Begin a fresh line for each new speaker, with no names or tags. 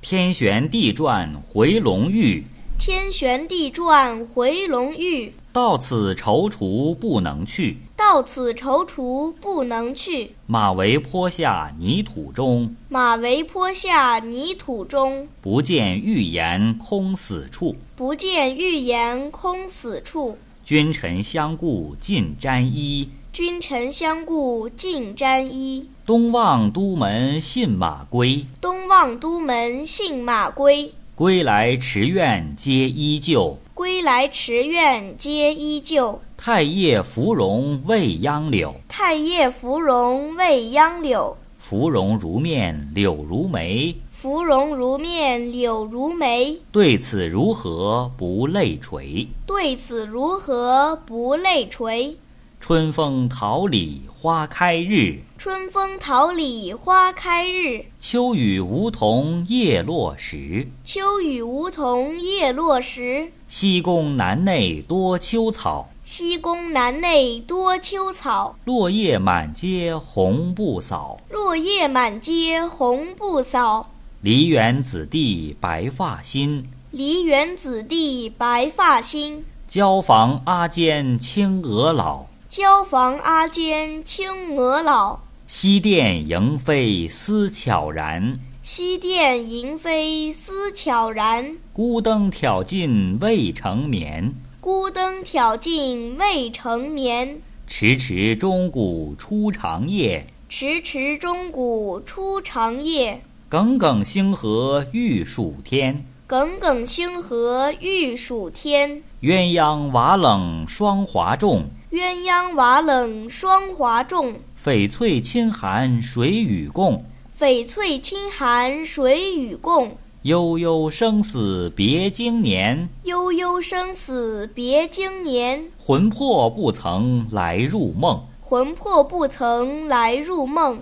天旋地转回龙驭，
天旋地转回龙驭，
到此踌躇不能去。
到此踌躇不能去。
马嵬坡下泥土中，
马嵬坡下泥土中，
不见玉颜空死处。
不见玉颜空死处。
君臣相顾尽沾衣，
君臣相顾尽沾衣。
东望都门信马归。
东望都门信马归，
归来池苑皆依旧，
归来池苑皆依旧。
太液芙蓉未央柳。
太液芙蓉未央柳，
芙蓉如面柳如眉，
芙蓉如面柳如眉。
对此如何不泪垂？
对此如何不泪垂？
春风桃李花开日，
春风桃李花开日，
秋雨梧桐叶落时。
秋雨梧桐叶落时。
西宫南内多秋草，
西宫南内多秋草，
落叶满阶红不扫。
落叶满阶红不扫。
梨园子弟白发新，
梨园子弟白发新，
椒房阿监青娥老。
椒房阿监青娥老。
西殿迎妃思悄然，
西殿迎妃思悄然，
孤灯挑尽未成眠。
孤灯挑尽未成眠。
迟迟钟鼓初长夜，
迟迟钟鼓初长夜，
耿耿星河欲曙天。
耿耿星河欲曙天。
鸳鸯瓦冷霜华重，
鸳鸯瓦冷霜华重，
翡翠衾寒谁与共？
翡翠衾寒谁与共？
悠悠生死别经年，
悠悠生死别经年，
魂魄不曾来入梦。
魂魄不曾来入梦。